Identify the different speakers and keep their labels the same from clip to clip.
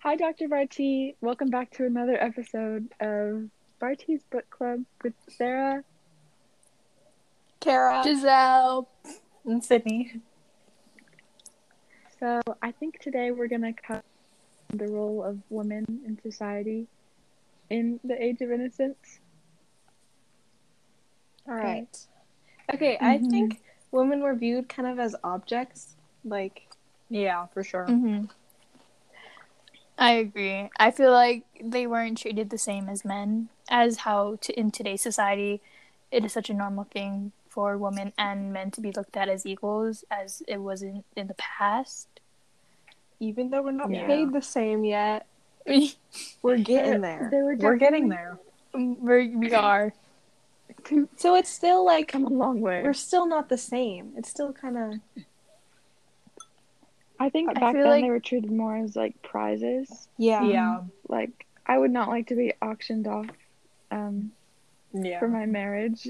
Speaker 1: Hi, Dr. Barty. Welcome back to another episode of Barty's Book Club with Sarah.
Speaker 2: Kara
Speaker 3: Giselle.
Speaker 2: and Sydney.
Speaker 1: So, I think today we're going to cover the role of women in society in the age of innocence.
Speaker 2: All right. Okay, I
Speaker 3: Mhm.
Speaker 2: think women were viewed kind of as objects. Like, yeah, for sure.
Speaker 3: hmm I agree. I feel like they weren't treated the same as men, as how to, in today's society, it is such a normal thing for women and men to be looked at as equals, as it was in, in the past.
Speaker 2: Even though we're not
Speaker 1: Yeah.
Speaker 2: paid the same yet, we're
Speaker 1: There-
Speaker 2: getting there.
Speaker 1: there were
Speaker 2: we're getting
Speaker 1: definitely-
Speaker 2: there.
Speaker 3: We're, we are.
Speaker 2: So it's still like
Speaker 1: Come a long way.
Speaker 2: we're still not the same. It's still kind of
Speaker 1: I think
Speaker 3: I
Speaker 1: back
Speaker 3: feel
Speaker 1: then
Speaker 3: like-
Speaker 1: they were treated more as like prizes.
Speaker 2: yeah,
Speaker 3: Yeah.
Speaker 1: Like, I would not like to be auctioned off um,
Speaker 2: yeah.
Speaker 1: for my marriage.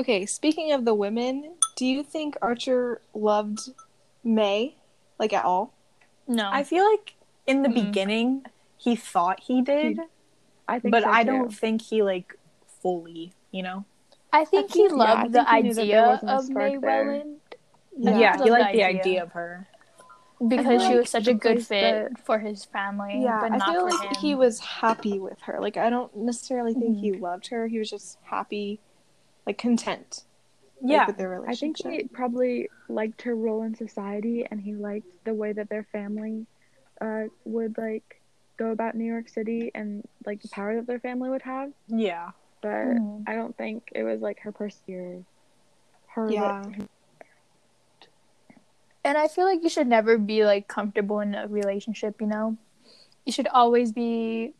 Speaker 2: Okay, speaking of the women, do you think Archer loved May like at all?
Speaker 3: No.
Speaker 4: I feel like in the
Speaker 2: Mm-hmm.
Speaker 3: Mm-mm.
Speaker 4: beginning he thought he did,
Speaker 1: I think
Speaker 4: but
Speaker 1: so,
Speaker 4: I
Speaker 1: too.
Speaker 4: don't think he like fully, you know.
Speaker 3: I think he
Speaker 1: think- yeah, I
Speaker 3: loved
Speaker 1: think he knew
Speaker 3: the
Speaker 1: that there
Speaker 3: idea
Speaker 1: wasn't a
Speaker 3: of May
Speaker 1: spark there.
Speaker 3: Welland
Speaker 4: Yeah,
Speaker 3: Yeah.
Speaker 4: he
Speaker 3: Love
Speaker 4: liked
Speaker 3: the
Speaker 4: the
Speaker 3: idea.
Speaker 4: idea. of her.
Speaker 3: because she
Speaker 1: like
Speaker 3: was such a
Speaker 1: the
Speaker 3: good
Speaker 1: place
Speaker 3: fit for his family,
Speaker 2: Yeah,
Speaker 3: but
Speaker 2: I
Speaker 3: not
Speaker 2: feel
Speaker 3: for
Speaker 2: like
Speaker 3: him.
Speaker 2: he was happy with her. Like I don't necessarily think he loved her. He was just happy, like content. like,
Speaker 4: Yeah,
Speaker 2: with their
Speaker 1: I
Speaker 2: relationship.
Speaker 1: think he probably liked her role in society, and he liked the way that their family uh, would like go about New York City and like the power that their family would have.
Speaker 4: yeah,
Speaker 1: But
Speaker 4: Hmm.
Speaker 3: Mhm.
Speaker 1: I don't think it was like her person or her.
Speaker 2: Yeah.
Speaker 3: And I feel like you should never be like comfortable in a relationship, you know? You should always be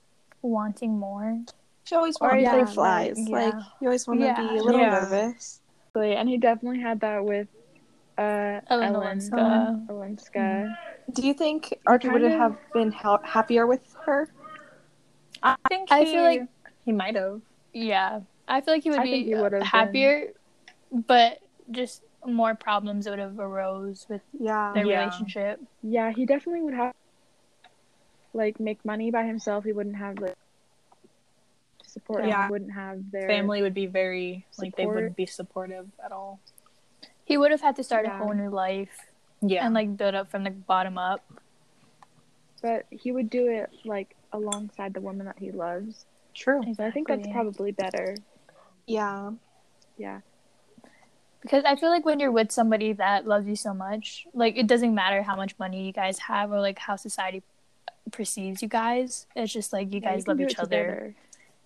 Speaker 3: wanting more.
Speaker 2: She always
Speaker 1: Or
Speaker 2: wanted
Speaker 1: yeah,
Speaker 2: to
Speaker 1: like,
Speaker 2: play flies.
Speaker 3: yeah.
Speaker 2: Like you always want to
Speaker 3: Yeah.
Speaker 2: be a little
Speaker 4: Yeah.
Speaker 2: nervous.
Speaker 1: Like, and he definitely had that with uh, Ellen
Speaker 3: Ellen Olenska.
Speaker 4: Uh-huh. Mm-hmm.
Speaker 1: Olenska.
Speaker 2: Do you think Archer would
Speaker 1: Kind of.
Speaker 2: have been ha- happier with her?
Speaker 4: I think. He,
Speaker 3: I feel like-
Speaker 4: he might have.
Speaker 3: Yeah. I feel like he would
Speaker 1: I
Speaker 3: be
Speaker 1: think he would've
Speaker 3: happier, but just more problems would have arose with
Speaker 2: Yeah.
Speaker 3: their
Speaker 4: Yeah.
Speaker 3: relationship.
Speaker 1: Yeah, he definitely would have like make money by himself. He wouldn't have the support. and
Speaker 4: Yeah.
Speaker 1: He wouldn't have their
Speaker 4: Family would be very like they
Speaker 1: Support.
Speaker 4: wouldn't be supportive at all.
Speaker 3: He would have had to start
Speaker 1: Yeah.
Speaker 3: a whole new life
Speaker 4: Yeah,
Speaker 3: and like build up from the bottom up.
Speaker 1: but he would do it like alongside the woman that he loves.
Speaker 4: true.
Speaker 1: So I think that's
Speaker 3: Exactly.
Speaker 1: probably better.
Speaker 2: Yeah.
Speaker 1: Yeah.
Speaker 3: Because I feel like when you're with somebody that loves you so much, like it doesn't matter how much money you guys have or like how society perceives you guys. It's just like you
Speaker 1: Yeah,
Speaker 3: guys
Speaker 1: can
Speaker 3: love
Speaker 1: do it
Speaker 3: each other.
Speaker 1: together.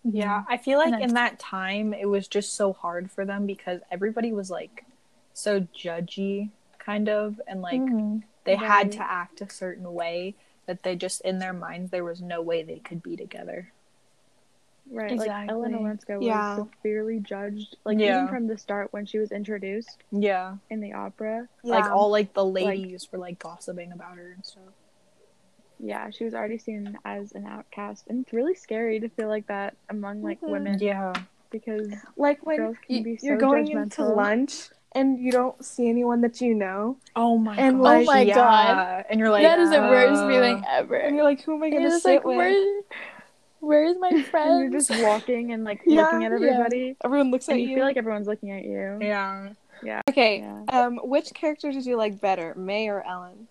Speaker 4: Yeah, I feel like
Speaker 3: And
Speaker 4: in that time it was just so hard for them because everybody was like so judgy, kind of, and like
Speaker 3: Mhm.
Speaker 4: they had
Speaker 1: Right.
Speaker 4: to act a certain way that they just in their minds there was no way they could be together.
Speaker 1: Right. Like Ellen
Speaker 3: Exactly.
Speaker 1: Olenska was
Speaker 2: Yeah.
Speaker 1: severely judged. Like
Speaker 4: Yeah.
Speaker 1: even from the start when she was introduced
Speaker 4: Yeah.
Speaker 1: in the opera.
Speaker 4: Like
Speaker 2: Yeah.
Speaker 4: all like the ladies were like gossiping about her and stuff.
Speaker 1: Yeah, she was already seen as an outcast. And it's really scary to feel like that among like
Speaker 2: Mhm.
Speaker 1: women
Speaker 4: Yeah.
Speaker 1: because
Speaker 2: Like when
Speaker 1: girls can
Speaker 2: y-
Speaker 1: be so
Speaker 2: you're going into
Speaker 1: judgmental.
Speaker 2: lunch and you don't see anyone that you know,
Speaker 4: Oh my
Speaker 2: And,
Speaker 4: god.
Speaker 2: like-
Speaker 3: Oh my
Speaker 4: yeah.
Speaker 3: God.
Speaker 4: And you're like
Speaker 3: that is the worst
Speaker 4: uh,
Speaker 3: feeling ever.
Speaker 2: and you're like, who am I
Speaker 3: And
Speaker 2: going to
Speaker 3: just
Speaker 2: sit
Speaker 3: like,
Speaker 2: with?
Speaker 3: where, where's my
Speaker 1: and
Speaker 3: friend?
Speaker 1: you're just walking and like
Speaker 2: Yeah,
Speaker 1: looking at
Speaker 3: yeah.
Speaker 1: everybody.
Speaker 2: Everyone looks at
Speaker 1: And you,
Speaker 2: you.
Speaker 1: feel like everyone's looking at you.
Speaker 4: Yeah.
Speaker 1: Yeah.
Speaker 2: okay.
Speaker 1: Yeah.
Speaker 2: Um, which character did you like better, May or Ellen?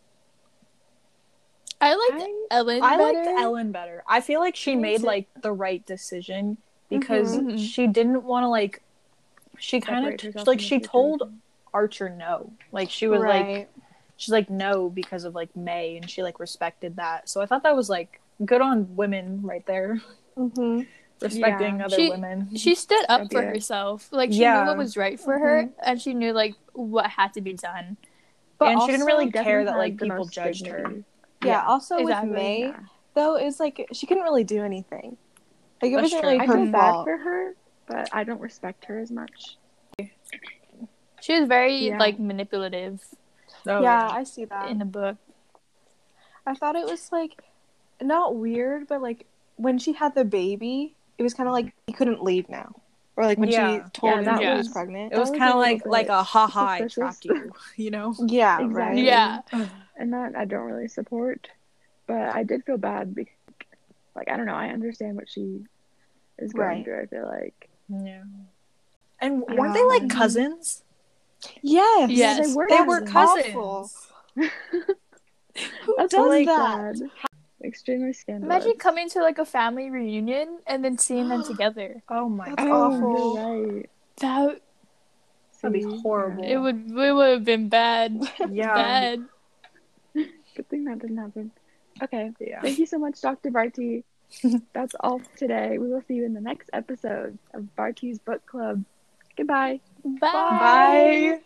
Speaker 3: I liked
Speaker 1: I-
Speaker 3: Ellen
Speaker 4: I
Speaker 3: better.
Speaker 4: liked Ellen better. I feel like she
Speaker 3: Me
Speaker 4: made
Speaker 3: too.
Speaker 4: like the right decision because
Speaker 3: Mhm.
Speaker 4: she didn't want to like she kind
Speaker 1: Separate
Speaker 4: of
Speaker 1: herself
Speaker 4: like
Speaker 1: from the
Speaker 4: she told
Speaker 1: situation.
Speaker 4: Archer no. Like she was like she's like no because of like May and she like respected that. So I thought that was like good on women right there
Speaker 2: hmm
Speaker 4: respecting
Speaker 1: Yeah.
Speaker 4: other
Speaker 3: She-
Speaker 4: women.
Speaker 3: She stood up for
Speaker 1: Yeah.
Speaker 3: herself. Like she
Speaker 4: Yeah.
Speaker 3: knew what was right for her, and she knew like what had to be done.
Speaker 4: and she didn't
Speaker 2: also
Speaker 4: really
Speaker 1: Definitely
Speaker 4: care that
Speaker 1: had
Speaker 4: like
Speaker 1: the
Speaker 4: people
Speaker 1: most
Speaker 4: judged her.
Speaker 1: dignity.
Speaker 2: Yeah. Also
Speaker 3: Exactly.
Speaker 2: with May,
Speaker 1: Yeah.
Speaker 2: though, it was like she couldn't really do anything. Like it
Speaker 4: That's
Speaker 2: wasn't
Speaker 4: true.
Speaker 2: really
Speaker 1: I
Speaker 2: her
Speaker 1: feel bad
Speaker 2: fault.
Speaker 1: for her, but I don't respect her as much.
Speaker 3: She was very
Speaker 1: Yeah.
Speaker 3: like manipulative
Speaker 4: Oh,
Speaker 2: yeah, I see that.
Speaker 3: in the book.
Speaker 2: I thought it was like not weird, but like when she had the baby, it was kind of like he couldn't leave now, or like when
Speaker 4: Yeah.
Speaker 2: she told
Speaker 1: Yeah,
Speaker 2: him
Speaker 1: that
Speaker 2: that she was
Speaker 3: was-
Speaker 2: pregnant.
Speaker 4: It was
Speaker 1: That was
Speaker 4: kind
Speaker 1: a
Speaker 4: of like
Speaker 1: little
Speaker 4: like
Speaker 1: bit
Speaker 4: a ha ha I
Speaker 1: suspicious.
Speaker 4: trapped you, you know.
Speaker 2: Yeah,
Speaker 1: Exactly.
Speaker 2: right.
Speaker 1: Really?
Speaker 3: Yeah,
Speaker 1: And that I don't really support. but I did feel bad because, like, I don't know. I understand what she is going
Speaker 2: Right.
Speaker 1: through. I feel like
Speaker 4: Yeah. And weren't they
Speaker 1: Um,
Speaker 4: like cousins?
Speaker 2: Yes.
Speaker 3: Yes.
Speaker 1: Yeah, they were
Speaker 2: They were
Speaker 4: cousins.
Speaker 2: cousins.
Speaker 4: Who
Speaker 1: that's
Speaker 2: does
Speaker 1: really
Speaker 2: that?
Speaker 1: bad. Extremely scandalous.
Speaker 3: Imagine coming to like a family reunion and then seeing them together.
Speaker 4: Oh my
Speaker 2: That's
Speaker 4: god.
Speaker 1: oh,
Speaker 2: awful.
Speaker 1: You're right.
Speaker 3: That
Speaker 4: That'd be
Speaker 1: See?
Speaker 4: horrible.
Speaker 1: Yeah.
Speaker 3: it would it would have been bad.
Speaker 4: Yeah.
Speaker 3: Bad.
Speaker 1: Good thing that didn't happen. Okay.
Speaker 4: Yeah.
Speaker 1: Thank you so much, Dr. Barty. That's all for today. We will see you in the next episode of Barty's Book Club. Goodbye.
Speaker 3: Bye.
Speaker 2: Bye.